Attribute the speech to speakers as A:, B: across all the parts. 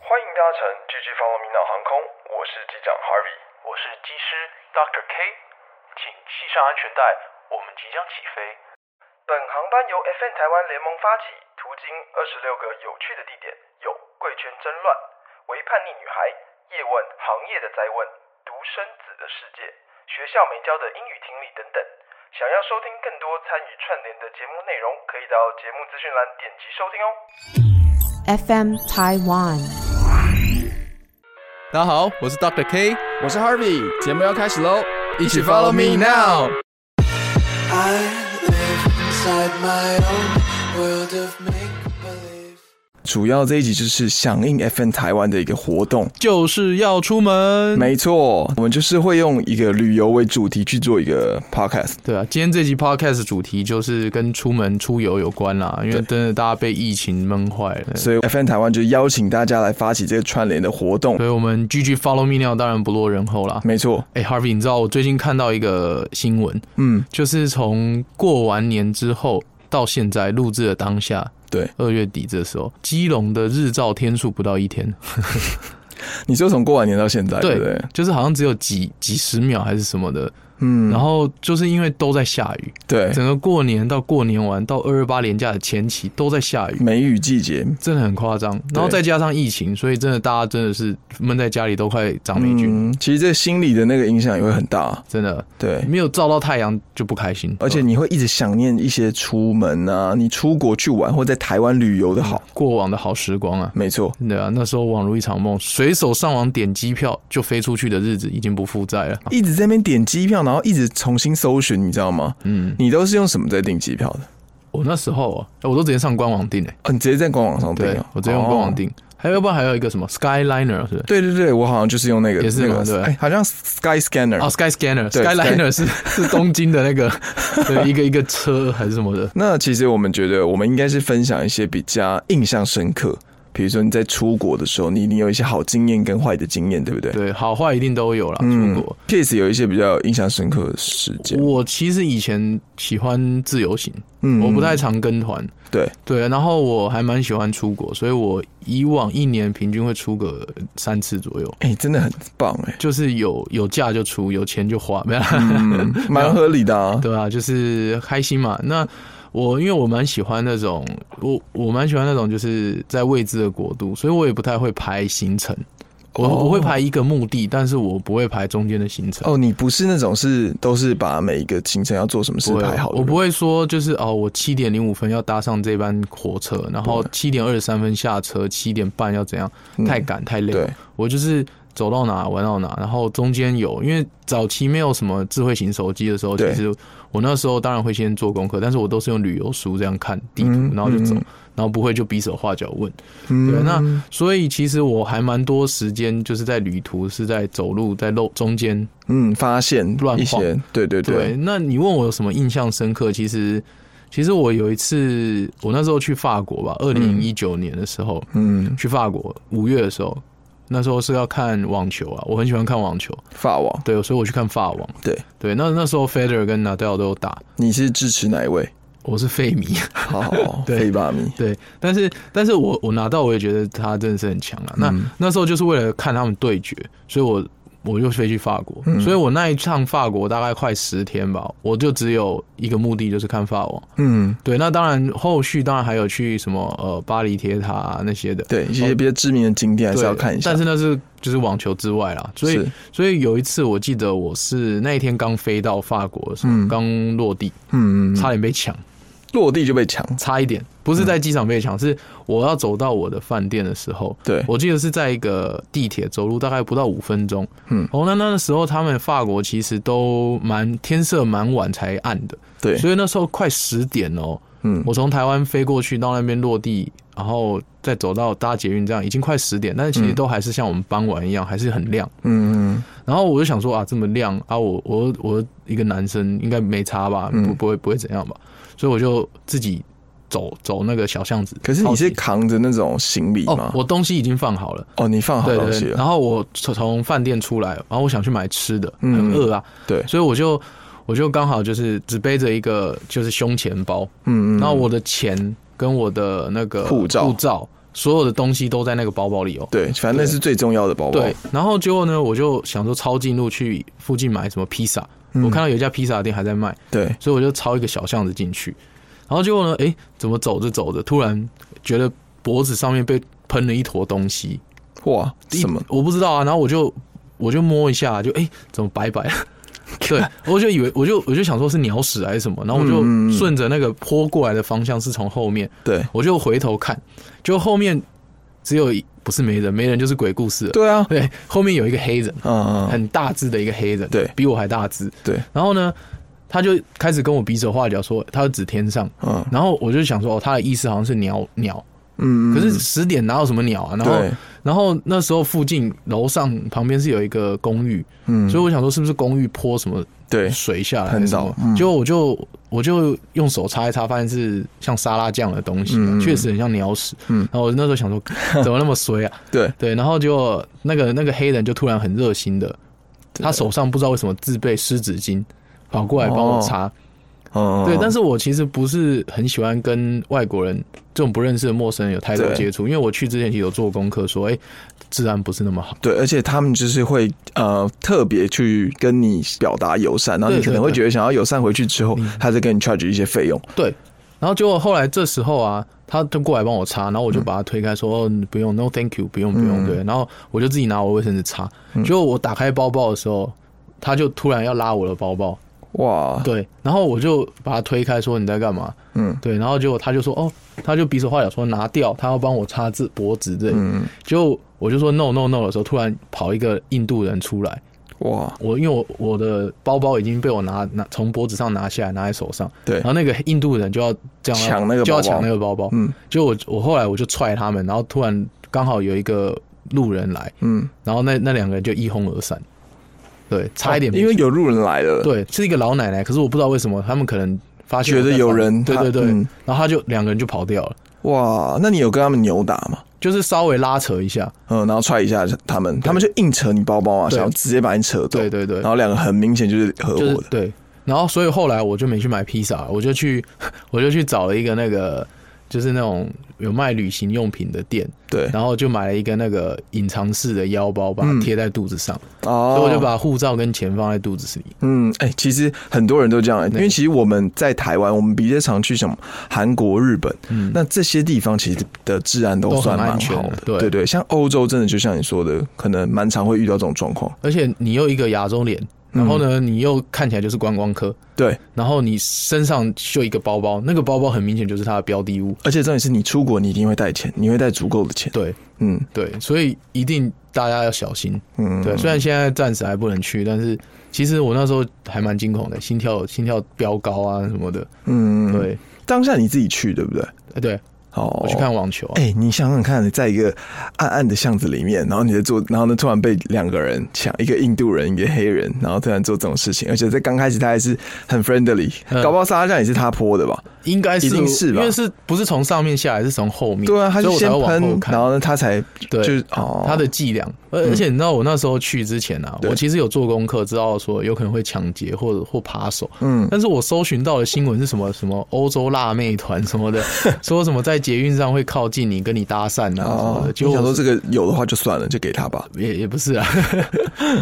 A: 欢迎搭乘 GG Follow Me Now 航空，我是机长 Harvey，我是机师 Dr. K，请系上安全带，我们即将起飞。本航班由 FN 台湾联盟发起，途经二十六个有趣的地点，有贵圈争乱、为叛逆女孩、叶问行业的灾问、独生子的世界、学校没教的英语听力等等。想要收听更多参与串联的节目内容，可以到节目资讯栏点击收听哦。
B: FM Taiwan。
C: 大家好，我是 Dr. K，
D: 我是 Harvey，节目要开始喽，
C: 一起 follow me now。
E: I live inside my own world of make believe.
D: 主要这一集就是响应 FN 台湾的一个活动，
C: 就是要出门。
D: 没错，我们就是会用一个旅游为主题去做一个 podcast。
C: 对啊，今天这集 podcast 主题就是跟出门出游有关啦，因为真的大家被疫情闷坏了。
D: 所以 FN 台湾就邀请大家来发起这个串联的活动
C: 所。以我们 GG Follow Me Now 当然不落人后啦。
D: 没错，
C: 哎、h a r v e y 你知道我最近看到一个新闻，
D: 嗯，
C: 就是从过完年之后到现在录制的当下，
D: 对，
C: 二月底这时候，基隆的日照天数不到一天，
D: 你说从过完年到现在，对哎不对？
C: 就是好像只有几几十秒还是什么的，
D: 嗯，
C: 然后就是因为都在下雨，
D: 对，
C: 整个过年到过年完到二二八连假的前期都在下雨，
D: 梅雨季节，
C: 真的很夸张。然后再加上疫情，所以真的大家真的是闷在家里都快长霉菌，
D: 嗯，其实这心理的那个影响也会很大，
C: 真的
D: 对。
C: 没有照到太阳就不开心，
D: 而且你会一直想念一些出门啊，你出国去玩或在台湾旅游的好，
C: 过往的好时光啊。
D: 没错，
C: 对啊，那时候宛如一场梦，随手上网点机票就飞出去的日子已经不复在了。
D: 一直在那边点机票，然后一直重新搜寻，你知道吗？
C: 嗯，
D: 你都是用什么在订机票的？
C: 我那时候啊，我都直接上官网订诶、
D: 哦，你直接在官网上订
C: 对
D: 啊？
C: 我直接用官网
D: 哦。
C: 订，还有要不然还有一个什么 Skyliner 是不是？
D: 对对对，我好像就是用那个，
C: 也是
D: 那
C: 嘛
D: 个，
C: 对
D: 哎，好像 Sky Scanner
C: 哦，Sky Scanner、
D: 对
C: Skyliner 是是 东京的那个对一个一个车还是什么的，
D: 那其实我们觉得，我们应该是分享一些比较印象深刻，比如说你在出国的时候，你你有一些好经验跟坏的经验，对不对？
C: 对，好坏一定都有啦。
D: 嗯
C: 出国，
D: ，case 有一些比较印象深刻的事件。
C: 我其实以前喜欢自由行，
D: 嗯
C: 我不太常跟团，
D: 对，
C: 对，啊然后我还蛮喜欢出国，所以我以往一年平均会出个三次左右。
D: 哎、真的很棒 哎、
C: 就是有有假就出，有钱就花，没有啦，
D: 嗯，蛮合理的啊。
C: 对啊，就是开心嘛。那我因为我蛮喜欢那种，我我蛮喜欢那种就是在未知的国度，所以我也不太会排行程。我
D: 哦
C: 我会排一个目的，但是我不会排中间的行程。
D: 哦，你不是那种是都是把每一个行程要做什么事
C: 不会
D: 排好的，
C: 我不会说就是哦，我七点零五分要搭上这班火车，然后七点二十三分下车，七点半要怎样？
D: 嗯
C: 太赶太累了
D: 对。
C: 我就是走到哪玩到哪，然后中间有，因为早期没有什么智慧型手机的时候，其
D: 对
C: 实我那时候当然会先做功课，但是我都是用旅游书这样看地图，
D: 嗯
C: 然后就走，
D: 嗯
C: 然后不会就比手画脚问。
D: 嗯
C: 对，那所以其实我还蛮多时间就是在旅途是在走路在路中间
D: 嗯发现
C: 乱
D: 一些，对对对，
C: 对，那你问我有什么印象深刻？其实，其实我有一次，我那时候去法国吧，二零一九年的时候、
D: 嗯，
C: 去法国，五月的时候，那时候是要看网球啊，我很喜欢看网球，
D: 法王，
C: 对，所以我去看法网，
D: 对
C: 对，那那时候 Federer 跟 Nadal 都有打，
D: 你是支持哪一位？
C: 我是费米，
D: 好好好，
C: 对
D: 费巴米，
C: 对，但是但是我我拿到我也觉得他真的是很强了。那、
D: 嗯
C: 那时候就是为了看他们对决，所以我我就飞去法国，
D: 嗯
C: 所以我那一趟法国大概快十天吧，我就只有一个目的就是看法网。
D: 嗯，
C: 对，那当然后续当然还有去什么呃巴黎铁塔、那些的，
D: 对，一些比较知名的景点
C: 哦
D: 还
C: 对，
D: 是要看一下，
C: 但是那是就是网球之外啦，所以
D: 是
C: 所以有一次我记得我是那一天刚飞到法国的时候，刚、落地，
D: 嗯，嗯嗯
C: 差点被抢，
D: 落地就被抢，
C: 差一点。不
D: 嗯
C: 是在机场被抢，是我要走到我的饭店的时候，
D: 对
C: 我记得是在一个地铁走路大概不到五分钟，
D: 嗯
C: 嗯，哦，那那个时候他们法国其实都蛮天色蛮晚才暗的，
D: 对，
C: 所以那时候快十点哦，
D: 嗯
C: 我从台湾飞过去到那边落地，然后再走到搭捷运，这样已经快十点，但是其实都还是像我们傍晚一样，还是很亮。
D: 嗯嗯
C: 然后我就想说啊，这么亮啊，我我我一个男生应该没差吧，
D: 嗯
C: 不不会不会怎样吧，所以我就自己走走那个小巷子。
D: 可是你
C: 好
D: 是
C: 奇
D: 扛着那种行李
C: 哦
D: 吗，？
C: 我东西已经放好了。
D: 哦，你放好
C: 对
D: 东
C: 对
D: 西
C: 对，然
D: 了，
C: 后我从从饭店出来，然后我想去买吃的，
D: 嗯
C: 很饿啊，
D: 对，
C: 所以我就我就刚好就是只背着一个就是胸前包，
D: 嗯嗯，
C: 然后我的钱跟我的那个
D: 护照
C: 护照，所有的东西都在那个包包里哦。
D: 对，反正那是最重要的包包，
C: 对，然后结果呢，我就想说抄近路去附近买什么披萨，
D: 嗯
C: 我看到有一家披萨店还在卖，
D: 对，
C: 所以我就抄一个小巷子进去。然后结果呢，诶，怎么走着走着，突然觉得脖子上面被喷了一坨东西，
D: 哇，
C: 一
D: 什么？
C: 我不知道啊。然后我就我就摸一下，就诶，怎么白白的？ 对，我就以为我就我就想说是鸟屎还是什么，然后我就
D: 嗯嗯嗯
C: 顺着那个泼过来的方向是从后面，
D: 对，
C: 我就回头看，就后面只有一不是没人，没人就是鬼故事了。
D: 对啊，
C: 对，后面有一个黑人，
D: 嗯嗯，
C: 很大只的一个黑人，
D: 对
C: 比我还大只。
D: 对，
C: 然后呢，他就开始跟我比手画脚说，他要指天上。
D: 嗯
C: 然后我就想说，哦，他的意思好像是鸟鸟，
D: 嗯，
C: 可是
D: 嗯
C: 十点哪有什么鸟啊？然后
D: 对，
C: 然后那时候附近楼上旁边是有一个公寓，
D: 嗯，
C: 所以我想说是不是公寓泼什么
D: 对，
C: 水下来
D: 很
C: 还是什么？
D: 早嗯
C: 结果我就我就用手擦一擦，发现是像沙拉酱的东西
D: 嗯嗯嗯
C: 啊，确、实很像鸟屎。
D: 嗯
C: 然后我那时候想说，怎么那么衰啊？
D: 对，
C: 对，然后就那个那个黑人就突然很热心的，他手上不知道为什么自备湿纸巾，跑过来帮
D: 哦
C: 我擦。
D: 嗯，
C: 对，但
D: 是
C: 是我其实不是很喜欢跟外国人这种不认识的陌生人有太多
D: 对
C: 接触，因为我去之前其实有做功课说，哎、治安不是那么好。
D: 对，而且他们就是会呃特别去跟你表达友善，然后你
C: 对
D: 可能
C: 对
D: 会
C: 对
D: 觉得想要友善回去之后，他再跟你 charge 一些费用，
C: 对，然后结果后来这时候啊，他就过来帮我擦，然后我就把他推开说：“哦，不用，no thank you，不用不用。
D: 嗯
C: 对，然后我就自己拿我卫生纸擦。结果我打开包包的时候，他就突然要拉我的包包，
D: 哇，
C: 对，然后我就把他推开说：“你在干嘛？”
D: 嗯
C: 对，然后结果他就说：“哦，他就比手画脚说拿掉，他要帮我擦自脖子。”对，
D: 嗯，
C: 结果我就说 “no no no” 的时候，突然跑一个印度人出来，
D: 哇，
C: 我因为我我的包包已经被我拿拿从脖子上拿下来，拿在手上，
D: 对
C: 然后那个印度人就要这样
D: 抢那个
C: 就要
D: 包包
C: 啊抢那个包包，
D: 嗯
C: 就我我后来我就踹他们，然后突然刚好有一个路人来，
D: 嗯，
C: 然后那那两个人就一哄而散，对，差一点没
D: 哦因为
C: 事
D: 有路人来了，，
C: 对是一个老奶奶，可是我不知道为什么他们可能发现
D: 觉得
C: 我在
D: 有
C: 放
D: 人
C: 对
D: 他
C: 对对，
D: 嗯
C: 然后他就两个人就跑掉了，
D: 哇，那你有跟他们扭打吗？
C: 就是稍微拉扯一下，
D: 嗯，然后踹一下他们，他们就硬扯你包包啊，
C: 对
D: 想要直接把你扯走。
C: 对对对
D: 然后两个很明显就是合
C: 就是
D: 伙的。
C: 对，然后所以后来我就没去买披萨，我就去 我就去找了一个那个就是那种有卖旅行用品的店，
D: 对，
C: 然后就买了一个那个隐藏式的腰包，把
D: 嗯
C: 它贴在肚子上，
D: 哦
C: 所以我就把护照跟钱放在肚子里。
D: 嗯，哎、其实很多人都这样、因为其实我们在台湾，我们比较常去什么韩国、日本，
C: 嗯
D: 那这些地方其实的治安都
C: 都很
D: 算蛮
C: 安全
D: 好的
C: 的。对
D: 对对，像欧洲真的就像你说的，可能蛮常会遇到这种状况。
C: 而且你又一个亚洲脸，然后呢，你又看起来就是观光客，
D: 嗯对，
C: 然后你身上就一个包包，那个包包很明显就是它的标的物。
D: 而且重点是你出国，你一定会带钱，你会带足够的钱。
C: 对
D: 嗯
C: 对，所以一定大家要小心。
D: 嗯，
C: 对，虽然现在暂时还不能去，但是其实我那时候还蛮惊恐的，心跳心跳飙高啊什么的。
D: 嗯，
C: 对，
D: 当下你自己去，对不对？
C: 呃对
D: 哦，
C: 我去看网球啊、
D: 哎、你想想看，在一个暗暗的巷子里面，然后你在做，然后呢，突然被两个人抢，一个印度人，一个黑人，然后突然做这种事情，而且在刚开始他还是很 friendly，、
C: 嗯
D: 搞不好沙拉酱也是他泼的吧？
C: 应该是
D: 一定是吧
C: 因为是不是从上面下来，是从后面。
D: 对啊，他
C: 所
D: 就
C: 以我才
D: 先
C: 会往后
D: 喷，
C: 看
D: 然后呢，他才就
C: 对
D: 是哦，
C: 他的伎俩，而而且你知道，我那时候去之前啊，
D: 对
C: 我其实有做功课，知道说有可能会抢劫或者或扒手，
D: 嗯
C: 但是我搜寻到的新闻是什么什么欧洲辣妹团什 么的，说什么在捷运上会靠近你，跟你搭讪啊什么
D: 哦
C: 的，，
D: 就想说
C: 就
D: 这个有的话就算了，就给他吧。
C: 也也不是啊，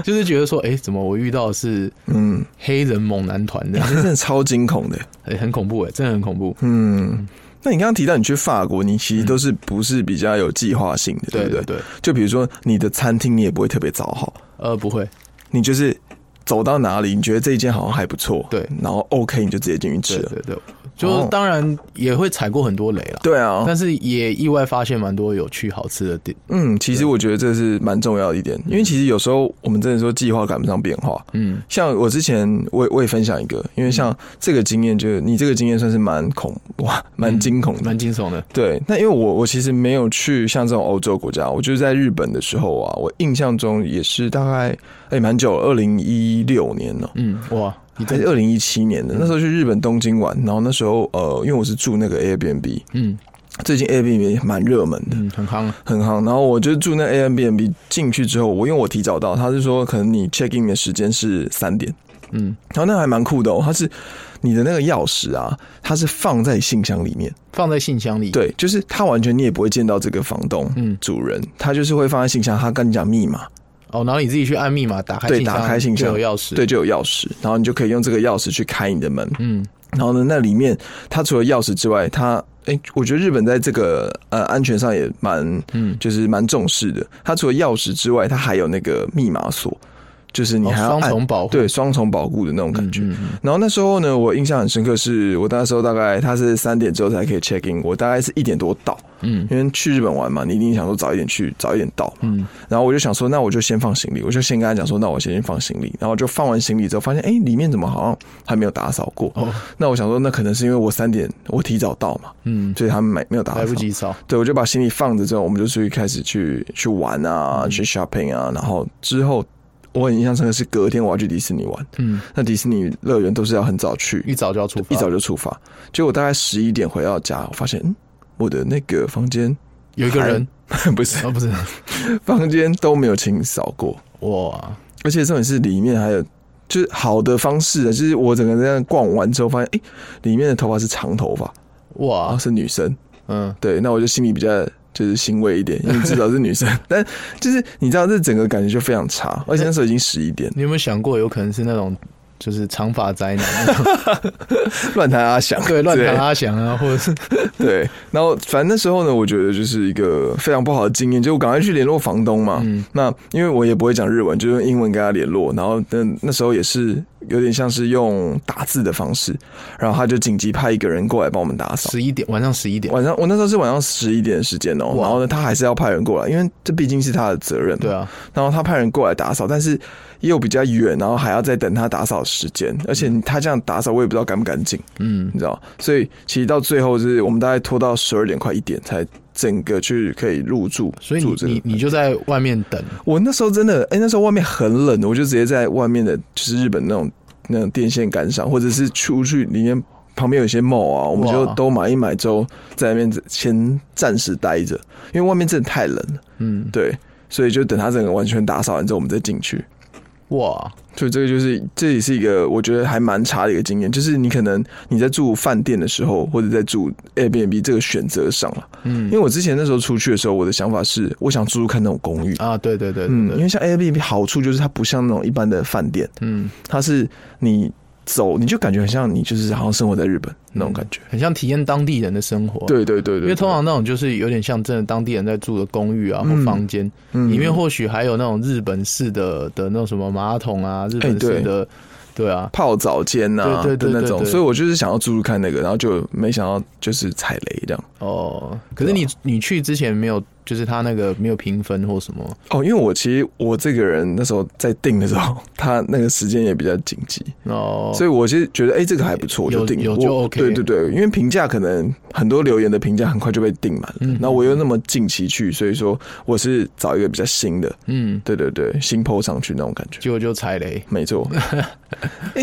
C: 就是觉得说，哎、怎么我遇到的是
D: 嗯，
C: 黑人猛男团这样，
D: 真的超惊恐的。
C: 哎很恐怖哎、真的很恐怖。
D: 嗯，那你刚刚提到你去法国，你其实都是不是比较有计划性的，
C: 对
D: 不对？
C: 对对，
D: 就比如说你的餐厅，你也不会特别找好。
C: 呃，不会，
D: 你就是走到哪里，你觉得这一间好像还不错，
C: 对
D: 然后 OK，你就直接进去吃
C: 对
D: 了。
C: 对对，就是
D: 哦
C: 当然也会踩过很多雷啦，
D: 对啊，
C: 但是也意外发现蛮多有趣好吃的店。
D: 嗯，其实我觉得这是蛮重要的一点，因为其实有时候我们真的说计划赶不上变化。
C: 嗯，
D: 像我之前我也我也分享一个，因为像这个经验，就是你这个经验算是蛮恐哇，
C: 嗯
D: 蛮惊恐的
C: 蛮。惊悚的。
D: 对，那因为我我其实没有去像这种欧洲国家，我就是在日本的时候啊，我印象中也是大概哎蛮、久，二零一六年哦、
C: 嗯，哇，你嗯
D: 还
C: 真
D: 是二零一七年的，那时候去日本东京玩，然后那时候呃，因为我是住那个 Airbnb，
C: 嗯
D: 最近 Airbnb 蛮热门的，
C: 嗯很夯啊，
D: 很夯。然后我就住那 Airbnb 进去之后，我因为我提早到，他是说可能你 check in 的时间是三点，
C: 嗯，
D: 然后那还蛮酷的哦，它是你的那个钥匙啊，它是放在信箱里面，
C: 放在信箱里。，
D: 对，就是它完全你也不会见到这个房东，
C: 嗯
D: 主人，他就是会放在信箱，他跟你讲密码，
C: 哦，然后你自己去按密码，打开
D: 对，
C: 信箱
D: 打开信箱
C: 就有钥匙。
D: 对，，就有钥匙，然后你就可以用这个钥匙去开你的门，
C: 嗯
D: 然后呢，那里面它除了钥匙之外，它哎、我觉得日本在这个呃安全上也蛮
C: 嗯，
D: 就是蛮重视的。它除了钥匙之外，它还有那个密码锁，就是你
C: 哦
D: 还要
C: 双
D: 按
C: 重保护
D: 对双重保护的那种感觉。
C: 嗯嗯
D: 然后那时候呢，我印象很深刻是，我那时候大概它是三点之后才可以 check in，我大概是一点多到，
C: 嗯
D: 因为去日本玩嘛，你一定想说早一点去，早一点到嘛。
C: 嗯
D: 然后我就想说，那我就先放行李，我就先跟他讲说，那我先放行李。然后就放完行李之后，发现哎、诶里面怎么好像还没有打扫过？
C: 哦
D: 那我想说，那可能是因为我三点我提早到嘛，
C: 嗯，
D: 所以他们没没有打扫，
C: 来不及扫。
D: 对，我就把行李放着之后，我们就出去开始去去玩啊，
C: 嗯
D: 去 shopping 啊，然后之后我很印象深刻是隔天我要去迪士尼玩，
C: 嗯，
D: 那迪士尼乐园都是要很早去，
C: 一早就要出发，
D: 一早就出发，结果大概十一点回到家，我发现嗯，我的那个房间
C: 有一个人，
D: 不是
C: 哦不是，
D: 房间都没有清扫过，
C: 哇，
D: 而且重点是里面还有。就是好的方式啊，就是我整个这样逛完之后，发现哎、诶里面的头发是长头发，然后
C: 哇，
D: 是女生，
C: 嗯，
D: 对，那我就心里比较就是欣慰一点，因为至少是女生。 但就是你知道，这整个感觉就非常差，而且那时候已经十一点，
C: 你有没有想过有可能是那种就是长发宅男 那种，
D: 乱弹阿翔，
C: 对，乱弹
D: 对
C: 阿翔啊，或者是
D: 对。然后反正那时候呢，我觉得就是一个非常不好的经验，就我赶快去联络房东嘛。
C: 嗯
D: 那因为我也不会讲日文，就用英文跟他联络。然后那那时候也是有点像是用打字的方式，然后他就紧急派一个人过来帮我们打扫。
C: 十一点晚上十一点，
D: 晚上我那时候是晚上十一点的时间哦、
C: 哇
D: 然后呢，他还是要派人过来，因为这毕竟是他的责任嘛。
C: 对啊，
D: 然后他派人过来打扫，但是又比较远，然后还要再等他打扫时间，而且他这样打扫，我也不知道干不干净，
C: 嗯
D: 你知道？所以其实到最后就是我们大概拖到十二点快一点才整个去可以入住，
C: 所以你
D: 住这个
C: 你你就在外面等，
D: 我那时候真的，哎、那时候外面很冷，我就直接在外面的，就是日本那种那种电线杆上，或者是出去里面旁边有一些 mall 啊，我们
C: 哇
D: 就都买一买之后，在那边先暂时待着，因为外面真的太冷了，
C: 嗯，
D: 对，所以就等他整个完全打扫完之后，我们再进去。
C: 哇，
D: 所以这个就是，这也是一个我觉得还蛮差的一个经验，就是你可能你在住饭店的时候，或者在住 Airbnb 这个选择上了。
C: 嗯
D: 因为我之前那时候出去的时候，我的想法是，我想住住看那种公寓。
C: 啊，对对对
D: 嗯，
C: 对对，
D: 因为像 Airbnb 好处就是它不像那种一般的饭店，
C: 嗯，
D: 它是你走你就感觉很像你就是好像生活在日本那种感觉。
C: 很像体验当地人的生活，
D: 对对
C: 嗯
D: 对对，
C: 哦因为通常
D: 对
C: 那种就是有点像真的当地人在住的公寓啊或
D: 嗯
C: 房间，
D: 嗯
C: 里面或许还有那种日本式的的那种什么马桶啊，日本
D: 哎
C: 式
D: 对
C: 的，对啊，
D: 泡澡间呐、
C: 对对对
D: 的那
C: 对
D: 种，
C: 对
D: 所以我就是想要住住看那个，然后就没想到就是踩雷这样。
C: 哦，
D: 啊
C: 可是你你去之前没有，就是他那个没有评分或什么
D: 哦，因为我其实我这个人那时候在订的时候，他那个时间也比较紧急，
C: 哦，
D: 所以我其实觉得哎、这个还不错，我就
C: 有
D: 订了。
C: 有就
D: 我
C: OK
D: 对对对，因为评价可能很多留言的评价很快就被订满了，
C: 嗯
D: 那、我又那么近期去，所以说我是找一个比较新的，
C: 嗯，
D: 对对对，新 PO 上去那种感觉。
C: 结果就踩雷。
D: 没错，哎、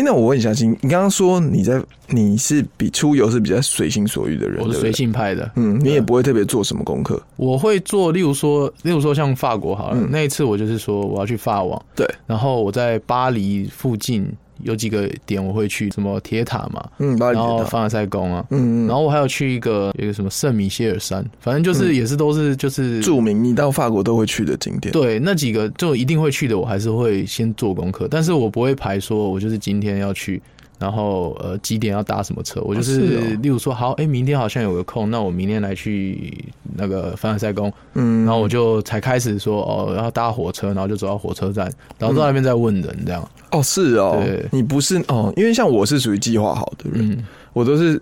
D: 那我问一下，你你刚刚说你在你是比出游是比较随心所欲的人，
C: 我是
D: 对
C: 随
D: 不对，
C: 性派的，啊
D: 嗯，你也不会特别做什么功课，
C: 我会做，例如说，例如说像法国好了，
D: 嗯
C: 那一次我就是说我要去法网，
D: 对，
C: 然后我在巴黎附近有几个点我会去，什么铁塔嘛，
D: 嗯，巴黎
C: 然后
D: 铁塔，
C: 凡尔赛宫啊，哦
D: 嗯嗯，
C: 然
D: 后
C: 后我还有去一个有一个什么圣米歇尔山，反正
D: 嗯
C: 就是也是都是就是
D: 著名你到法国都会去的景点，，
C: 对那几个就一定会去的，我还是会先做功课，但是我不会排说我就是今天要去，然后呃几点要搭什么车，我就
D: 哦
C: 是、
D: 是哦
C: 例如说好，哎、明天好像有个空，那我明天来去那个凡尔赛宫，
D: 嗯
C: 然后我就才开始说哦要搭火车，然后就走到火车站，然后到那边再问人这样，
D: 哦，是哦
C: 对，
D: 你不是哦，因为像我是属于计划好的人，
C: 嗯
D: 我都是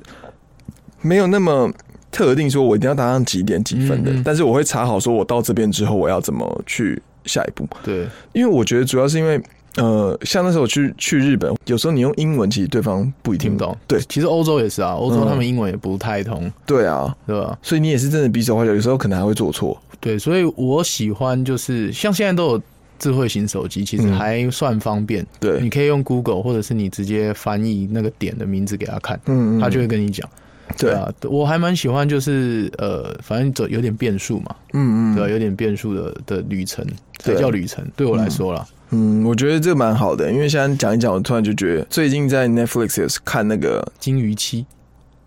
D: 没有那么特定说我一定要达上几点几分的，
C: 嗯嗯
D: 但是我会查好说我到这边之后我要怎么去下一步，
C: 对，
D: 因为我觉得主要是因为。呃，像那时候我去去日本，有时候你用英文，其实对方不一定
C: 听不懂。
D: 对
C: 其实欧洲也是啊，欧洲
D: 嗯
C: 他们英文也不太通，
D: 对啊，
C: 对吧？
D: 所以你也是真的比手画脚，有时候可能还会做错。
C: 对，所以我喜欢就是像现在都有智慧型手机，其实
D: 嗯
C: 还算方便。
D: 对
C: 你可以用 Google，或者是你直接翻译那个点的名字给他看，
D: 嗯嗯
C: 他就会跟你讲。
D: 对，
C: 啊，我还蛮喜欢就是呃，反正走有点变数嘛，
D: 嗯嗯，
C: 对吧、啊有点变数的的旅程才
D: 对
C: 叫旅程，对我来说啦。
D: 嗯，我觉得这蛮好的，因为现在讲一讲，我突然就觉得最近在 Netflix 也是看那个，
C: 金鱼期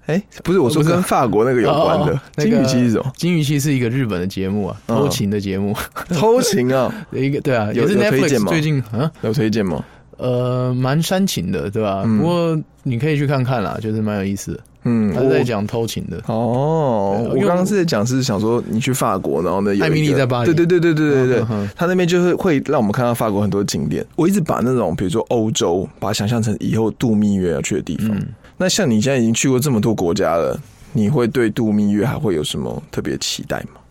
D: 哎、不是我说
C: 哦不是
D: 跟法国那个有关
C: 哦哦哦
D: 的
C: 那
D: 金
C: 个
D: 鱼期是什么？
C: 金鱼期是一个日本的节目啊，
D: 嗯
C: 偷情的节目，
D: 偷情啊，
C: 一个对啊，也
D: 有
C: 是
D: 有推荐
C: Netflix
D: 吗
C: 最近啊
D: 有推荐吗？
C: 呃蛮煽情的，对吧？
D: 嗯
C: 不过你可以去看看啦，就是蛮有意思的。
D: 嗯，
C: 他是在
D: 我
C: 讲偷情的，
D: 哦，
C: 对因
D: 我
C: 为
D: 刚
C: 我
D: 刚是在讲是想说你去法国，然后呢有一个
C: 艾米丽在巴黎
D: 对对对对对对
C: 嗯
D: 对
C: 哼，
D: 他那边就是会让我们看到法国很多景点。我一直把那种比如说欧洲，把它想象成以后度蜜月要去的地方。
C: 嗯
D: 那像你现在已经去过这么多国家了，你会对度蜜月还会有什么特别期待吗？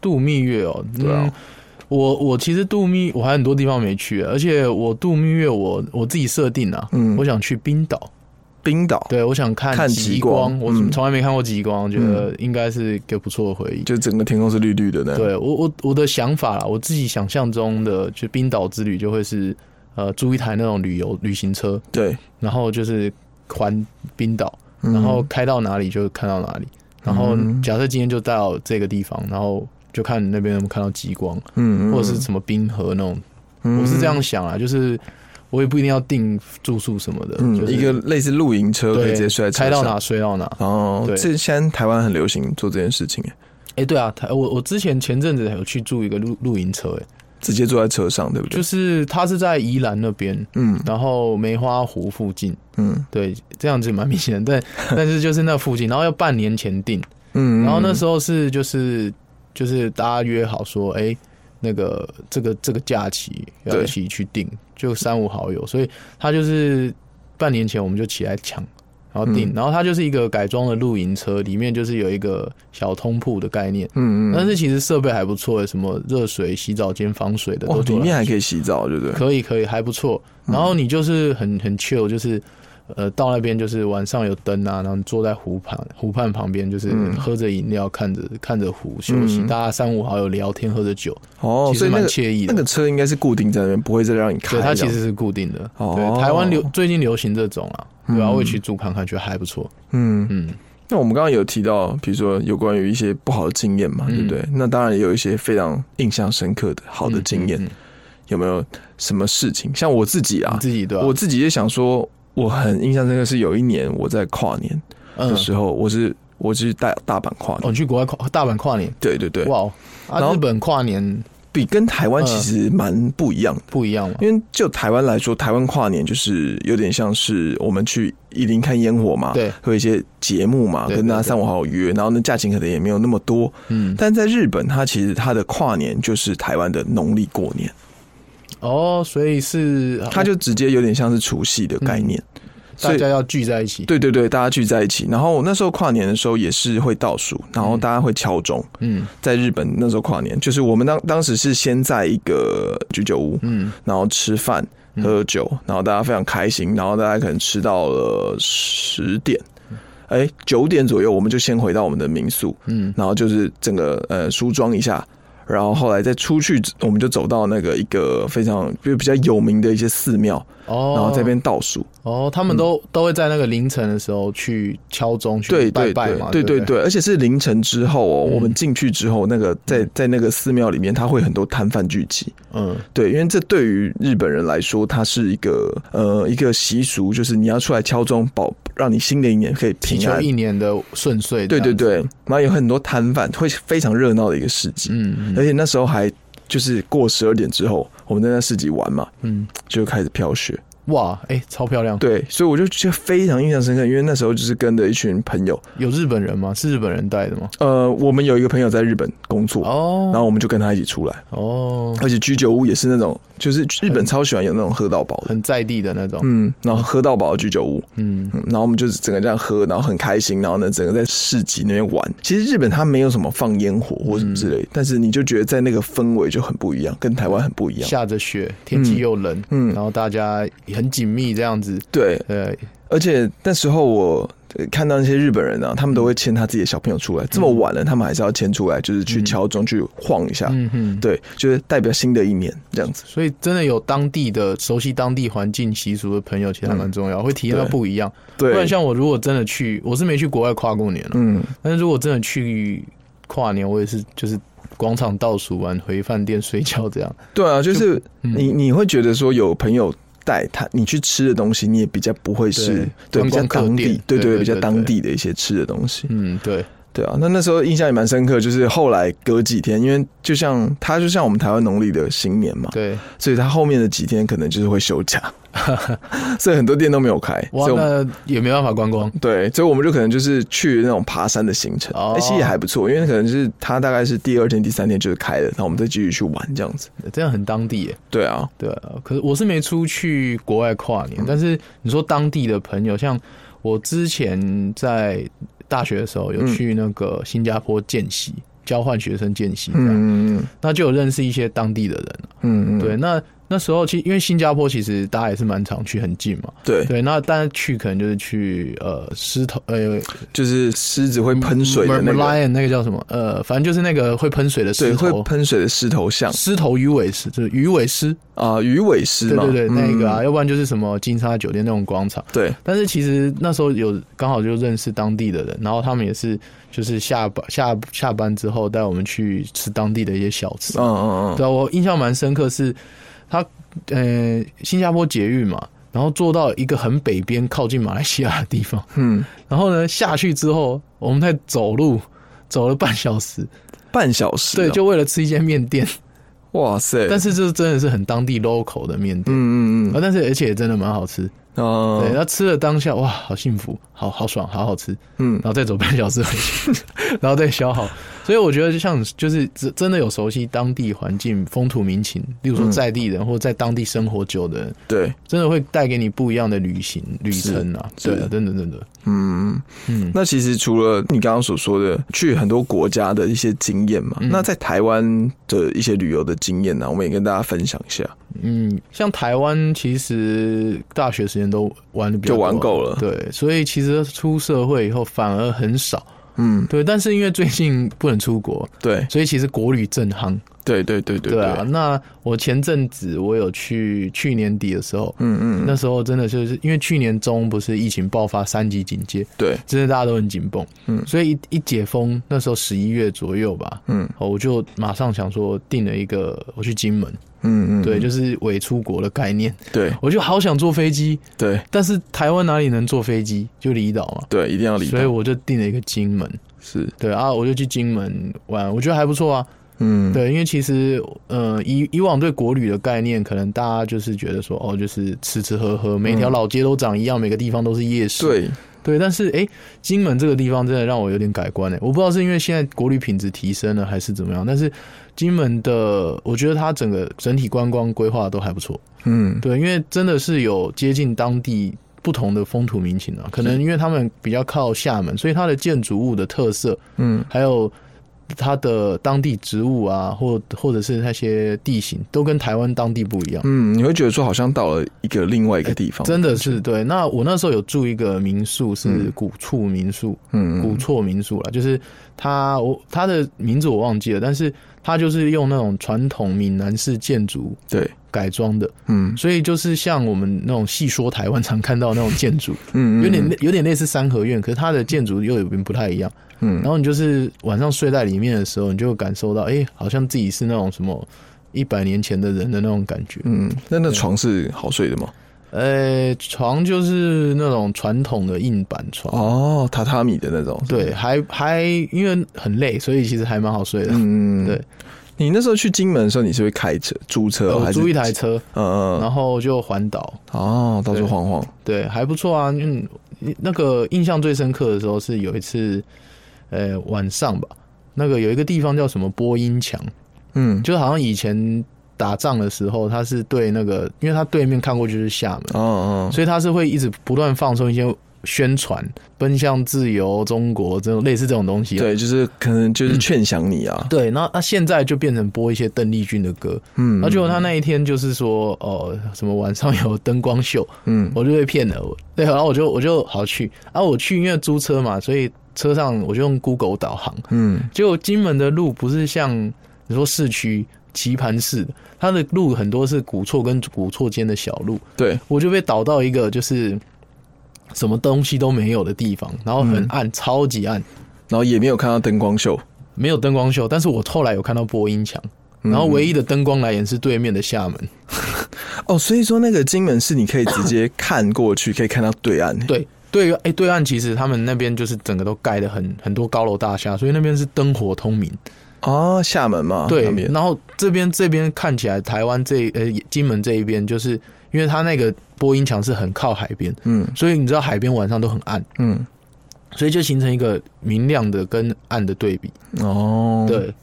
C: 度蜜月哦，嗯、
D: 对啊
C: 我我其实度蜜，我还很多地方没去，而且我度蜜月我我自己设定啊，
D: 嗯
C: 我想去冰岛，
D: 冰岛，
C: 对我想看
D: 看
C: 极
D: 极光
C: 我
D: 嗯
C: 从来没看过极光，我觉得应该是一个不错的回忆。
D: 就整个天空是绿绿的呢。，
C: 对我我我的想法啦，我自己想象中的就冰岛之旅就会是呃租一台那种旅游旅行车，
D: 对，
C: 然后就是环冰岛，
D: 嗯
C: 然后开到哪里就看到哪里。然后
D: 嗯
C: 假设今天就到这个地方，然后就看那边有没有看到极光，
D: 嗯
C: 或者是什么冰河那种。我是这样想啊，就是我也不一定要订住宿什么的，
D: 嗯，
C: 就是
D: 一个类似露营车可以
C: 对
D: 直接睡在车
C: 开到哪
D: 上。
C: 睡到哪。
D: 哦，
C: 对
D: 这现在台湾很流行做这件事情，
C: 哎，对啊，台我我之前前阵子有去住一个露露营车，哎，
D: 直接坐在车上，对不对？
C: 就是它是在宜兰那边，
D: 嗯
C: 然后梅花湖附近，
D: 嗯
C: 对，这样子蛮明显的，但 但是就是那附近，然后要半年前订，
D: 嗯，
C: 然后那时
D: 候
C: 候是就是就是大家约好说，哎、那个这个这个假期要
D: 对
C: 一起去订，就三五好友，所以他就是半年前我们就起来抢，然后订，
D: 嗯
C: 然后它就是一个改装的露营车，里面就是有一个小通铺的概念，
D: 嗯嗯，
C: 但是其实设备还不错，什么热水、洗澡间、防水的
D: 哇
C: 都，
D: 哦里
C: 做了
D: 面还可以洗澡，对不对？
C: 可以可以，还不错。
D: 嗯
C: 然后你就是很很 chill，就是呃到那边就是晚上有灯啊，然后你坐在湖畔湖畔旁边，就是
D: 嗯
C: 喝着饮料，看着看着湖休息，
D: 嗯
C: 大家三五好友聊天，喝着酒，
D: 哦，
C: 其实
D: 所以那
C: 蛮
D: 个
C: 惬意
D: 那个
C: 的。
D: 车应该是固定在那边，不会再让你开
C: 对，
D: 这
C: 它
D: 样。
C: 其实是固定的。
D: 哦
C: 对，台湾流最近流行这种啊，对啊，
D: 嗯
C: 我也去住看看，觉得还不错。
D: 嗯，
C: 嗯，
D: 那我们刚刚有提到，比如说有关于一些不好的经验嘛，
C: 嗯
D: 对不对？那当然也有一些非常印象深刻的好的经验，
C: 嗯嗯嗯
D: 有没有什么事情？像我自己啊
C: 你，自己对吧？
D: 我自己也想说，我很印象深刻是有一年我在跨年
C: 嗯
D: 的，时候，我是我是大大阪跨
C: 哦，
D: 年，
C: 你去国外跨大阪跨年，
D: 对对对，
C: 哇哦，嗯
D: 然
C: 啊，
D: 后
C: 日本跨年
D: 比跟台湾其实蛮不一样的。
C: 不一样嘛？
D: 因为就台湾来说，台湾跨年就是有点像是我们去伊林看烟火嘛，
C: 对
D: 会有一些节目嘛，
C: 对
D: 跟大家
C: 对对
D: 三五好友约，然后呢价钱可能也没有那么多，
C: 嗯，
D: 但在日本，它其实它的跨年就是台湾的农历过年，
C: 哦，所以是
D: 它就直接有点像是除夕的概念，
C: 嗯
D: 所
C: 大
D: 以
C: 家要聚在一起。
D: 对对对，大家聚在一起。然后我那时候跨年的时候也是会倒数，然后
C: 嗯
D: 大家会敲钟。
C: 嗯
D: 在日本那时候跨年，就是我们当当时是先在一个居酒屋，
C: 嗯，
D: 然后吃饭、喝酒，然后大家非常开心，然后大家可能吃到了十点，哎、九点左右我们就先回到我们的民宿，
C: 嗯
D: 然后就是整个呃梳妆一下，然后后来再出去，我们就走到那个一个非常就比较有名的一些寺庙，
C: 哦，
D: 然后在那边倒数，
C: 哦，他们
D: 嗯
C: 都、都会在那个凌晨的时候去敲钟去
D: 对
C: 拜
D: 对
C: 拜
D: 对
C: 嘛，
D: 对
C: 对
D: 对
C: 不，
D: 对，而且是凌晨之后哦，
C: 嗯
D: 我们进去之后，那个在在那个寺庙里面，它会很多摊贩聚集，
C: 嗯
D: 对，因为这对于日本人来说，它是一个呃一个习俗，就是你要出来敲钟保，让你新的一年可以
C: 祈
D: 平
C: 求
D: 安。
C: 一年的顺遂，
D: 对对
C: 这样
D: 对，然后有很多摊贩，会非常热闹的一个市集，
C: 子，嗯
D: 而且那时候还就是过十二点之后，我们在那市集玩嘛，
C: 嗯
D: 就开始飘雪，
C: 哇，哎、超漂亮。，
D: 对，所以我就觉得非常印象深刻，因为那时候就是跟着一群朋友，
C: 有日本人吗？是日本人带的吗？
D: 呃，我们有一个朋友在日本工作，然
C: 哦
D: 后我们就跟他一起出来，
C: 哦，
D: 而且居酒屋也是那种，就是日本超喜欢有那种喝到饱的，
C: 很在地的那种。
D: 嗯，然后喝到饱的居酒屋，
C: 哦嗯
D: 嗯，然后我们就是整个这样喝，然后很开心，然后呢，整个在市集那边玩。其实日本它没有什么放烟火或什么
C: 嗯
D: 之类，但是你就觉得在那个氛围就很不一样，跟台湾很不一样。
C: 下着雪，天气又冷，
D: 嗯
C: 嗯，然后大家很紧密这样子，
D: 对，
C: 呃，
D: 而且那时候我呃看到那些日本人啊，他们都会牵他自己的小朋友出来，这么晚了，他们还是要牵出来，就是去敲钟去晃一下。
C: 嗯哼，
D: 对，就是代表新的一年这样子。
C: 所以真的有当地的熟悉当地环境习俗的朋友，其实还蛮重要，会体验到
D: 嗯对
C: 不一样。
D: 对，
C: 不然像我如果真的去，我是没去国外跨过年啊了，
D: 嗯，
C: 但是如果真的去跨年，我也是就是广场倒数完回饭店睡觉 这样。
D: 对啊，就是
C: 嗯
D: 你你会觉得说有朋友带他，你去吃的东西，你也比较不会是
C: 对
D: 对比较
C: 观光
D: 当
C: 客
D: 地
C: 店，
D: 对
C: 对对
D: 比较
C: 对
D: 当地的一些吃的东西，
C: 嗯，对，
D: 对啊。那那时候印象也蛮深刻，就是后来隔几天，因为就像他就像我们台湾农历的新年嘛，
C: 对，
D: 所以他后面的几天可能就是会休 假，所以很多店都没有开，
C: 哇
D: 所以，我们。
C: 那也没办法观光。
D: 对，所以我们就可能就是去那种爬山的行程，
C: 哦
D: 而且也还不错，因为可能是他大概是第二天、第三天就是开了，然后我们再继续去玩这样子。
C: 这样很当地耶。
D: 对啊，
C: 对啊，可是我是没出去国外跨
D: 嗯
C: 年，但是你说当地的朋友，像我之前在大学的时候有去那个新加坡见习。交换学生见习这样，
D: 嗯嗯嗯
C: 那就有认识一些当地的人。
D: 嗯嗯，
C: 对，那那时候其实因为新加坡其实大家也是蛮常去，很近嘛。
D: 对
C: 对，那但是去可能就是去呃狮头呃
D: 就是狮子会喷水的那
C: Mer-
D: 个，
C: Merlion 那个叫什么？呃，反正就是那个会喷水的
D: 对，
C: 狮
D: 会
C: 嗯头，
D: 喷水的狮头像
C: 狮头鱼尾狮，就是鱼尾狮。
D: 啊，鱼尾狮
C: 对
D: 嘛，
C: 对对，那个啊，
D: 嗯，
C: 要不然就是什么金沙酒店那种广场。
D: 对，
C: 但是其实那时候有刚好就认识当地的人，然后他们也是就是下班下下班之后带我们去吃当地的一些小吃。
D: 嗯嗯嗯，
C: 对啊，我印象蛮深刻是，他呃新加坡捷运嘛，然后坐到一个很北边靠近马来西亚的地方，
D: 嗯，
C: 然后呢下去之后，我们在走路走了半小时，
D: 半小时啊，
C: 对，就为了吃一间面店，
D: 哇塞，
C: 但是这真的是很当地 local 的面店。
D: 嗯嗯
C: 啊，但是而且也真的蛮好吃，
D: 嗯，
C: 呃对，
D: 哦，
C: 那吃了当下哇，好幸福，好好爽，好好吃，
D: 嗯
C: 然，后再走半小时回去， 然后再消耗。所以我觉得，就像就是真真的有熟悉当地环境、风土民情，例如说
D: 嗯
C: 在地人或在当地生活久的人，
D: 对，
C: 真的会带给你不一样的旅行旅程啊！
D: 是
C: 对啊，真的真的，
D: 嗯嗯
C: 嗯。
D: 那其实除了你刚刚所说的去很多国家的一些经验嘛，
C: 嗯
D: 那在台湾的一些旅游的经验啊呢，我们也跟大家分享一下。
C: 嗯，像台湾其实大学时间都玩的比较
D: 就
C: 多
D: 玩够了
C: 对，所以其实出社会以后反而很少，
D: 嗯，
C: 对，但是因为最近不能出国，
D: 对，
C: 所以其实国旅正夯。
D: 对对对对
C: 对啊，，那我前阵子我有去去年底的时候，
D: 嗯嗯，
C: 那时候真的就是因为去年中不是疫情爆发三级警戒，
D: 对，
C: 真的大家都很紧绷，
D: 嗯
C: 所以一一解封那时候十一月左右吧，
D: 嗯
C: 哦，我就马上想说订了一个我去金门，
D: 嗯嗯，
C: 对，就是伪出国的概念，
D: 对
C: 我就好想坐飞机，
D: 对
C: 但是台湾哪里能坐飞机，就离岛嘛，
D: 对，一定要理
C: 所以
D: 解，
C: 我就订了一个金门，
D: 是，
C: 对啊，我就去金门玩，我觉得还不错啊，
D: 嗯，
C: 对，因为其实呃，以以往对国旅的概念，可能大家就是觉得说，哦，就是吃吃喝喝，每条老街都长一样，每个地方都是夜市。
D: 对，
C: 对，但是哎、诶金门这个地方真的让我有点改观哎、我不知道是因为现在国旅品质提升了，还是怎么样，但是金门的，我觉得它整个整体观光规划都还不错。
D: 嗯，
C: 对，因为真的是有接近当地。不同的风土民情啊，可能因为他们比较靠厦门，所以它的建筑物的特色
D: 嗯
C: 还有它的当地植物啊，或或者是那些地形，都跟台湾当地不一样。
D: 嗯，你会觉得说好像到了一个另外一个地方，
C: 哎真的是对，那我那时候有住一个民宿，是古厝民宿，
D: 嗯，
C: 古厝民宿啦，就是它我它的名字我忘记了，但是它就是用那种传统闽南式建筑
D: 对，
C: 改装的，
D: 嗯
C: 所以就是像我们那种戏说台湾常看到那种建筑，
D: 嗯，嗯
C: 有点类有点类似三合院，可是它的建筑又有点不太一样。
D: 嗯
C: 然后你就是晚上睡在里面的时候，你就会感受到，哎、好像自己是那种什么一百年前的人的那种感觉。
D: 嗯，那那床是好睡的吗？
C: 呃、床就是那种传统的硬板床，
D: 哦，榻榻米的那种，
C: 对，还还因为很累，所以其实还蛮好睡的。
D: 嗯，嗯，嗯
C: 对，
D: 你那时候去金门的时候，你是会开车、租车
C: 我
D: 还是？
C: 租一台，车，
D: 嗯嗯，
C: 然
D: 嗯
C: 后就环岛，
D: 哦，到处
C: 对
D: 晃晃，
C: 对，还不错啊。嗯，那个印象最深刻的时候是有一次，呃，晚上吧，那个有一个地方叫什么播音墙，
D: 嗯，
C: 就好像以前打仗的时候，它是对那个，因为它对面看过去是厦门，
D: 哦哦，
C: 所以它是会一直不断放送一些宣传，奔向自由中国这种类似这种东西啊、
D: 对，就是可能就是劝降你啊，
C: 对，那那现在就变成播一些邓丽君的歌，
D: 嗯，
C: 那结果他那一天就是说，哦，什么晚上有灯光秀，
D: 嗯
C: 我就被骗了。我对，然后我就我就好去，啊，我去因为租车嘛，所以车上我就用 Google 导航。
D: 嗯
C: 结果金门的路不是像你说市区棋盘式的，它的路很多是古厝跟古厝间的小路，
D: 对，
C: 我就被导到一个就是什么东西都没有的地方，然后很暗，超级暗，
D: 然后也没有看到灯光秀，
C: 没有灯光秀，但是我后来有看到播音墙。然后唯一的灯光来源是对面的厦门，
D: 哦，所以说那个金门是你可以直接看 过去，可以看到对岸，，
C: 对对，哎、对岸其实他们那边就是整个都盖的很很多高楼大厦，所以那边是灯火通明。
D: 哦，厦门嘛，
C: 对
D: 那，边
C: 然后这边这边看起来台湾这呃金门这一边，就是因为它那个播音墙是很靠海边，
D: 嗯
C: 所以你知道海边晚上都很暗，
D: 嗯，
C: 所以就形成一个明亮的跟暗的对比。
D: 哦，，
C: 对，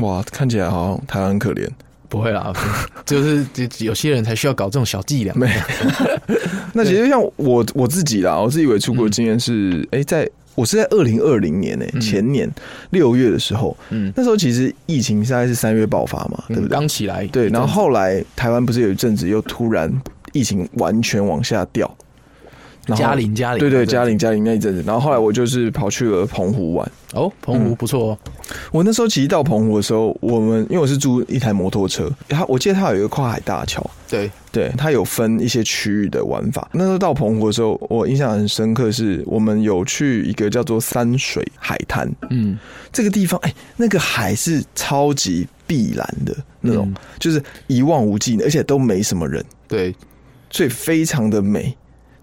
D: 哇，看起来好像台湾很可怜，
C: 不会啦，就是有些人才需要搞这种小伎俩。
D: 没 那其实像我我自己啦，我自己以为出国经验是，哎、在我是在二零二零年诶、欸
C: 嗯
D: 前年六月的时候，
C: 嗯，
D: 那时候其实疫情大概是三月爆发嘛，对不
C: 嗯
D: 对？
C: 刚起来，
D: 对，然后后来台湾不是有一阵子又突然疫情完全往下掉，然后
C: 嘉陵嘉陵
D: 对对
C: 那阵子
D: 嘉陵嘉陵那一阵子，然后后来我就是跑去了澎湖玩。
C: 哦，澎
D: 嗯
C: 湖不错哦，
D: 我那时候其实到澎湖的时候，我们因为我是租一台摩托车，它我记得它有一个跨海大桥，
C: 对，
D: 对，它有分一些区域的玩法。那时候到澎湖的时候，我印象很深刻，是我们有去一个叫做三水海滩
C: 嗯，
D: 这个地方，哎、那个海是超级碧蓝的那种，
C: 嗯
D: 就是一望无际，而且都没什么人，
C: 对，
D: 所以非常的美。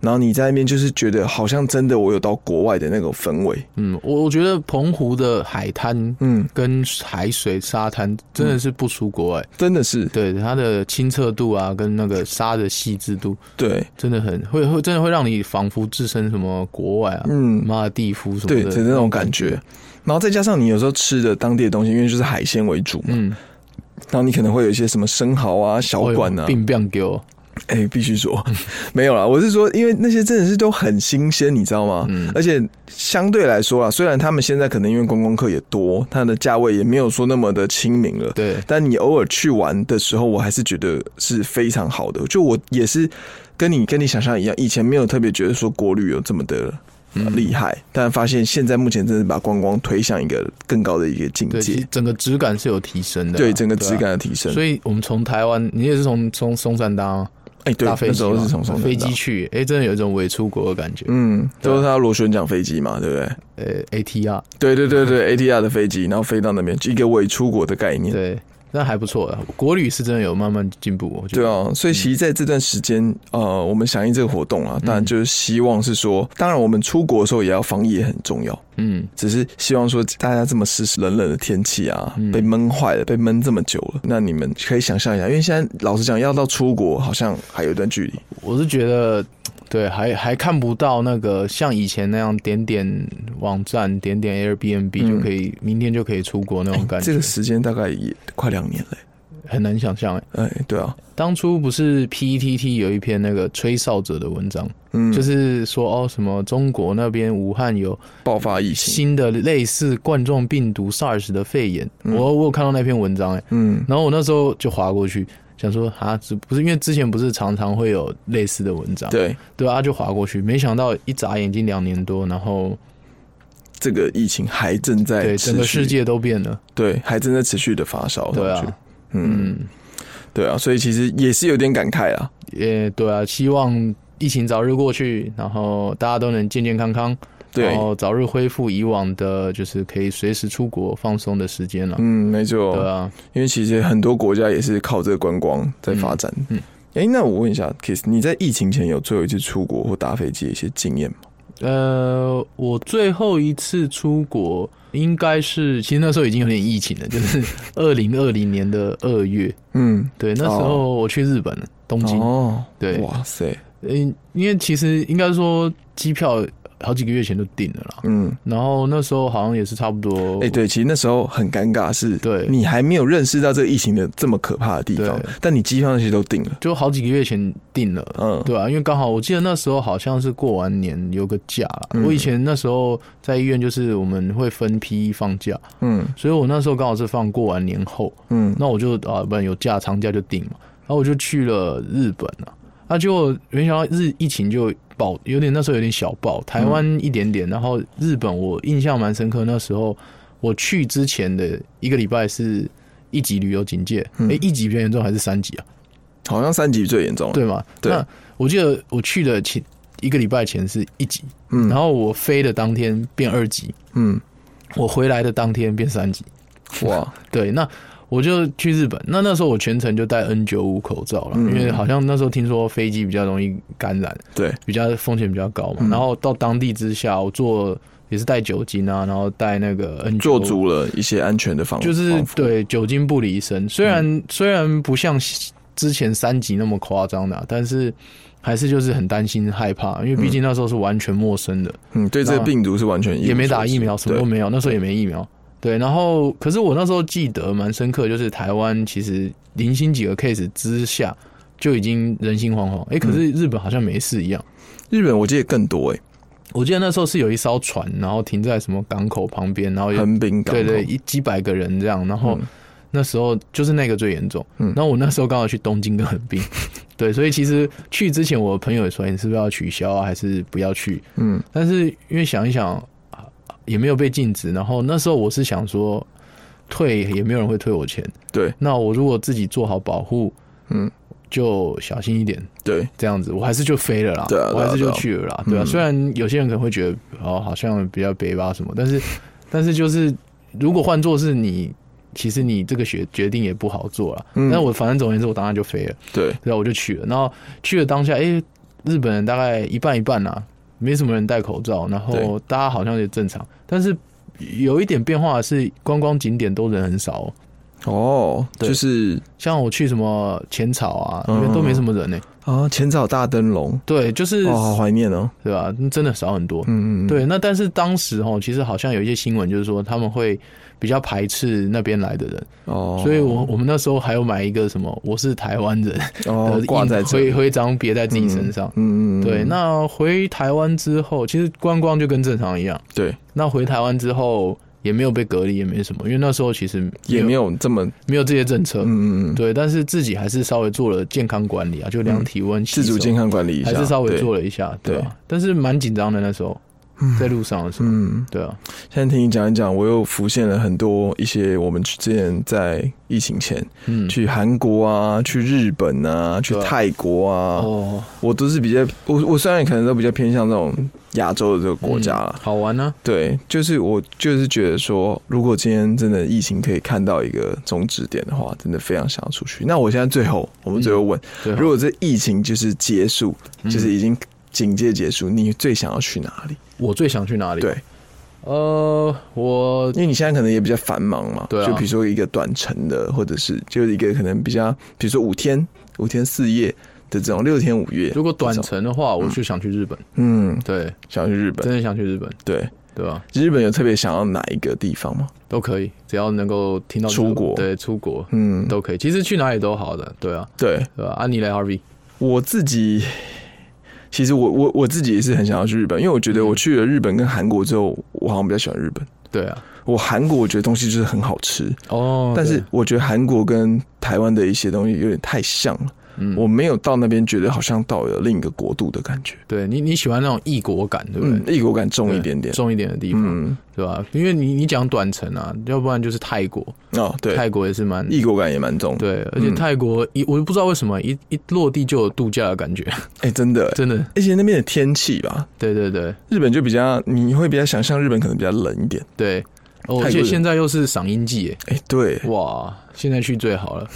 D: 然后你在那边就是觉得好像真的我有到国外的那种氛围，
C: 嗯，我我觉得澎湖的海滩
D: 嗯，
C: 跟海水沙滩真的是不输国外，
D: 真的是
C: 对它的清澈度啊，跟那个沙的细致度，
D: 对，
C: 真的很会会真的会让你仿佛置身什么国外啊，
D: 嗯
C: 马尔地夫什么
D: 对
C: 的，
D: 的那种感觉。然后再加上你有时候吃的当地的东西，因为就是海鲜为主嘛，
C: 嗯，哦
D: 然后你可能会有一些什么生蚝啊、小管啊，
C: 并不给我，
D: 哎、必须说 没有啦，我是说，因为那些真的是都很新鲜，你知道吗？
C: 嗯
D: 而且相对来说啊，虽然他们现在可能因为观光客也多，它的价位也没有说那么的亲民了，
C: 对
D: 但你偶尔去玩的时候，我还是觉得是非常好的。就我也是跟你跟你想象一样，以前没有特别觉得说国旅有这么的。呃
C: 嗯
D: 厉害，但发现现在目前真的把观光推向一个更高的一个境
C: 对，其
D: 界
C: 实，整个质感是有提升的啊、
D: 对整个
C: 啊
D: 质感。的提升。
C: 所
D: 以，
C: 以我们从台湾，你也是从从松山搭吗？
D: 哎，对，
C: 搭飞
D: 那时
C: 机
D: 候
C: 吗
D: 是从松山
C: 飞机
D: 到
C: 去，啊哎、真的有一种伪出国的感觉。
D: 啊嗯，都是他螺旋桨飞机嘛，对不对？
C: 呃、a t r
D: 对对 对对，ATR 的飞机，然后飞到那边，一个未出国的概念。
C: 对，那还不错啊。国旅是真的有慢慢进步，我觉
D: 对
C: 得。
D: 啊，所以
C: 嗯
D: 其实在这段时间，呃，我们响应这个活动啊，当然就是希望是说，当然我们出国的时候也要防疫也很重要，
C: 嗯，
D: 只是希望说大家这么湿湿冷冷的天气啊，
C: 嗯
D: 被闷坏了，被闷这么久了，那你们可以想象一下，因为现在老实讲，要到出国好像还有一段距离。
C: 我是觉得，对，还还看不到那个像以前那样点点网站、点点 Airbnb 就可以，明天就可以出国那种感觉，
D: 嗯哎这个时间大概也快两年了、
C: 很难想象、欸。
D: 哎、对啊，
C: 当初不是 PTT 有一篇那个吹哨者的文章，
D: 嗯，
C: 就是说哦，什么中国那边武汉有
D: 爆发疫情，
C: 新的类似冠状病毒 SARS 的肺炎，我我有看到那篇文章、欸，哎，
D: 嗯，
C: 然后我那时候就划过去，想说啊，这不是因为之前不是常常会有类似的文章，
D: 对，
C: 对啊，就划过去，没想到一眨眼已经两年多，然后
D: 这个疫情还正在
C: 对
D: 哎持
C: 整个
D: 续
C: 世界都变了，
D: 对，还正在持续的发烧。
C: 对
D: 上去
C: 啊，
D: 嗯，
C: 嗯，
D: 对啊，所以其实也是有点感慨啊。
C: 也对啊，希望疫情早日过去，然后大家都能健健康康，
D: 对
C: 然，后早日恢复以往的，就是可以随时出国放松的时间了，
D: 嗯，没
C: 对
D: 错，
C: 啊，
D: 因为其实很多国家也是靠这个观光在发展。嗯
C: 嗯，
D: 哎、那我问一下，Kiss，你在疫情前有最后一次出国或搭飞机的一些经验吗？
C: 呃，我最后一次出国应该是，其实那时候已经有点疫情了，就是 二零二零年的二月。
D: 嗯，
C: 对，那时候我去日本了，东京。
D: 哦，
C: 对
D: 哇塞，
C: 嗯，因为其实应该说机票好几个月前就订了啦，
D: 嗯，
C: 然后那时候好像也是差不多。
D: 哎、对，其实那时候很尴尬是，
C: 对
D: 你还没有认识到这个疫情的这么可怕的地方
C: 对，
D: 但你机票那些都定了，
C: 就好几个月前订了，
D: 嗯
C: 对啊，因为刚好我记得那时候好像是过完年有个假啦。
D: 嗯
C: 我以前那时候在医院，就是我们会分批放假，
D: 嗯
C: 所以我那时候刚好是放过完年后，
D: 嗯，
C: 那我就啊，不然有假长假就定嘛，然后我就去了日本啊，啊，结果没想到日疫情就爆，有点那时候有点小爆，台湾一点点，然后日本我印象蛮深刻，那时候我去之前的一个礼拜是一级旅游警戒，
D: 嗯
C: 哎、一级比较严重还是三级啊？
D: 好像三级最严重，
C: 对，吗？
D: 对
C: 那我记得我去的前一个礼拜前是一级，
D: 嗯
C: 然后我飞的当天变二级，
D: 嗯，
C: 我回来的当天变三级。
D: 哇，
C: 对，那我就去日本，那那时候我全程就戴 N 九五口罩了，
D: 嗯
C: 因为好像那时候听说飞机比较容易感染，
D: 对，
C: 比较风险比较高嘛。
D: 嗯
C: 然后到当地之下，我做也是带酒精啊，然后带那个 N
D: 做足了一些安全的防，
C: 就是
D: 防护，
C: 对酒精不离身，虽然、
D: 嗯
C: 虽然不像之前三级那么夸张的啊、但是还是就是很担心害怕，因为毕竟那时候是完全陌生的，
D: 嗯，对这个
C: 那
D: 病毒是完全一无
C: 也没打
D: 所知
C: 疫苗，什么
D: 对
C: 都没有，那时候也没疫苗。对，然后可是我那时候记得蛮深刻，就是台湾其实零星几个 case 之下就已经人心惶惶，哎、可
D: 嗯
C: 是日本好像没事一样。
D: 日本我记得更多哎、
C: 我记得那时候是有一艘船，然后停在什么港口旁边，然后有
D: 横滨港
C: 对
D: 口，
C: 对，一几百个人这样，然后那时候就是那个最严重。
D: 嗯
C: 然后我那时候刚好去东京跟横滨， 对，所以其实去之前，我朋友也说你是不是要取消啊，还是不要去？
D: 嗯
C: 但是因为想一想，啊也没有被禁止。然后那时候我是想说，退也没有人会退我钱，
D: 对
C: 那我如果自己做好保护，
D: 嗯，
C: 就小心一点。
D: 对，
C: 这样子，我还是就飞了啦，
D: 对啊
C: 我还是
D: 对啊对
C: 就
D: 啊
C: 去了啦，对啊。
D: 嗯
C: 虽然有些人可能会觉得哦，好像比较北吧什么，但是但是就是如果换做是你，其实你这个决决定也不好做啦。
D: 嗯
C: 但我反正总而言之，我当然就飞了，
D: 对，
C: 对啊，我就去了。然后去了当下，诶，日本人大概一半一半啦、没什么人戴口罩，然后
D: 对
C: 大家好像也正常，但是。有一点变化的是，观光景点都人很少哦、
D: 哦，
C: 对
D: 就是
C: 像我去什么浅草啊，因
D: 嗯
C: 为都没什么人呢、
D: 啊，前早大灯笼，
C: 对，就是、
D: 哦，好怀念哦，
C: 对吧、真的少很多。
D: 嗯嗯，嗯，
C: 对，那但是当时哦，其实好像有一些新闻，就是说他们会比较排斥那边来的人，
D: 哦，
C: 所以我我们那时候还有买一个什么“我是台湾人”
D: 哦
C: 的
D: 挂
C: 印
D: 在这
C: 徽
D: 里，
C: 徽章别在自己身上。
D: 嗯嗯，嗯
C: 对，
D: 嗯
C: 那回台湾之后，其实观光就跟正常一样。
D: 对
C: 那回台湾之后也没有被隔离，也没什么，因为那时候其实
D: 也没有这么，
C: 没有这些政策。
D: 嗯嗯嗯，
C: 对，但是自己还是稍微做了健康管理啊，就量体温、洗
D: 嗯自主
C: 手
D: 健康管理一下，
C: 还是稍微
D: 对
C: 做了一下，对吧、
D: 对
C: 但是蛮紧张的那时候，在路上的时候，
D: 嗯，
C: 对啊，
D: 现在听你讲一讲，我又浮现了很多一些我们之前在疫情前
C: 嗯，
D: 去韩国啊、去日本啊、去
C: 对啊
D: 泰国啊，
C: 哦，
D: 我都是比较，我我虽然可能都比较偏向那种亚洲的这个国家啦，
C: 嗯好玩呢、
D: 对，就是我就是觉得说，如果今天真的疫情可以看到一个终止点的话，真的非常想要出去。那我现在最后，我们最后问，
C: 嗯最后嗯
D: 如果这疫情就是结束，就是已经警戒结束，你最想要去哪里？
C: 我最想去哪里？
D: 对，，
C: 呃，我
D: 因为你现在可能也比较繁忙嘛，
C: 对啊
D: 就比如说一个短程的，或者是就是一个可能比较，比如说五天、五天四夜的这种六天五夜，
C: 如果短
D: 这种，
C: 程的话，我就想去日本，
D: 嗯，
C: 对，
D: 想要去日
C: 真
D: 本，
C: 的想去日本，
D: 对。
C: 对吧、
D: 日本有特别想要哪一个地方吗？
C: 都可以，只要能够听到日
D: 出
C: 文
D: 国
C: 对，出国、
D: 嗯，
C: 都可以，其实去哪里都好的，对啊，
D: 对，
C: 对吧、啊？安妮来 RV，
D: 我自己，其实我我我自己也是很想要去日本，因为我觉得
C: 嗯
D: 我去了日本跟韩国之后，我好像比较喜欢日本。
C: 对啊，
D: 我韩国我觉得东西就是很好吃，
C: 哦，
D: 但是
C: 对
D: 我觉得韩国跟台湾的一些东西有点太像了，
C: 嗯
D: 我没有到那边觉得好像到了另一个国度的感觉，
C: 对你你喜欢那种异国感，对不对？
D: 嗯，异国感重
C: 对
D: 一点点，
C: 重一点的地方，
D: 嗯，
C: 对吧、因为你你讲短程啊，要不然就是泰国，
D: 哦，对，
C: 泰国也是蛮
D: 异国感也蛮重，，
C: 对，而且
D: 嗯
C: 泰国一、我就不知道为什么一一落地就有度假的感觉，
D: 哎，真的，
C: 真的，
D: 而且那边的天气吧，
C: 对对对
D: 日本就比较，你会比较想象日本可能比较冷一点，
C: 对。哦，
D: 泰国
C: 而且
D: 人
C: 现在又是赏樱季耶，
D: 哎，对，
C: 哇，现在去最好了，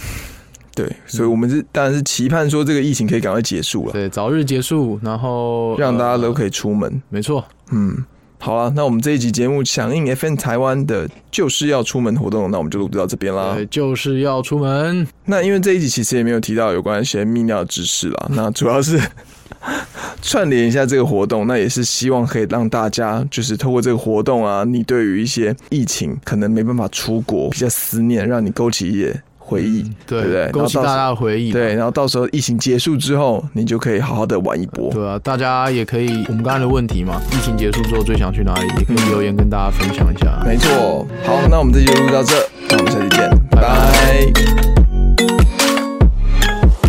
D: 对，所以我们是当然是期盼说这个疫情可以赶快结束了，
C: 对，早日结束，然后
D: 让大家都
C: 以，
D: 可以出门。
C: 没错，
D: 嗯，好了，那我们这一集节目响应 FN 台湾的就是要出门活动，那我们就录到这边啦
C: 对，。就是要出门，
D: 那因为这一集其实也没有提到有关一些泌尿的知识啦，那主要是 串联一下这个活动，那也是希望可以让大家就是透过这个活动啊，你对于一些疫情可能没办法出国，比较思念，让你勾起一些回忆，对不对？
C: 勾起
D: 然后到
C: 大
D: 时候
C: 家的回忆。
D: 对，然后到时候疫情结束之后，你就可以好好的玩一波。
C: 对啊，大家也可以，我们刚才的问题嘛，疫情结束之后最想去哪里，也可以留言跟大家分享一下。
D: 没错，好，那我们这集就录到这，那我们下期见，拜拜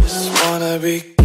E: Just wanna be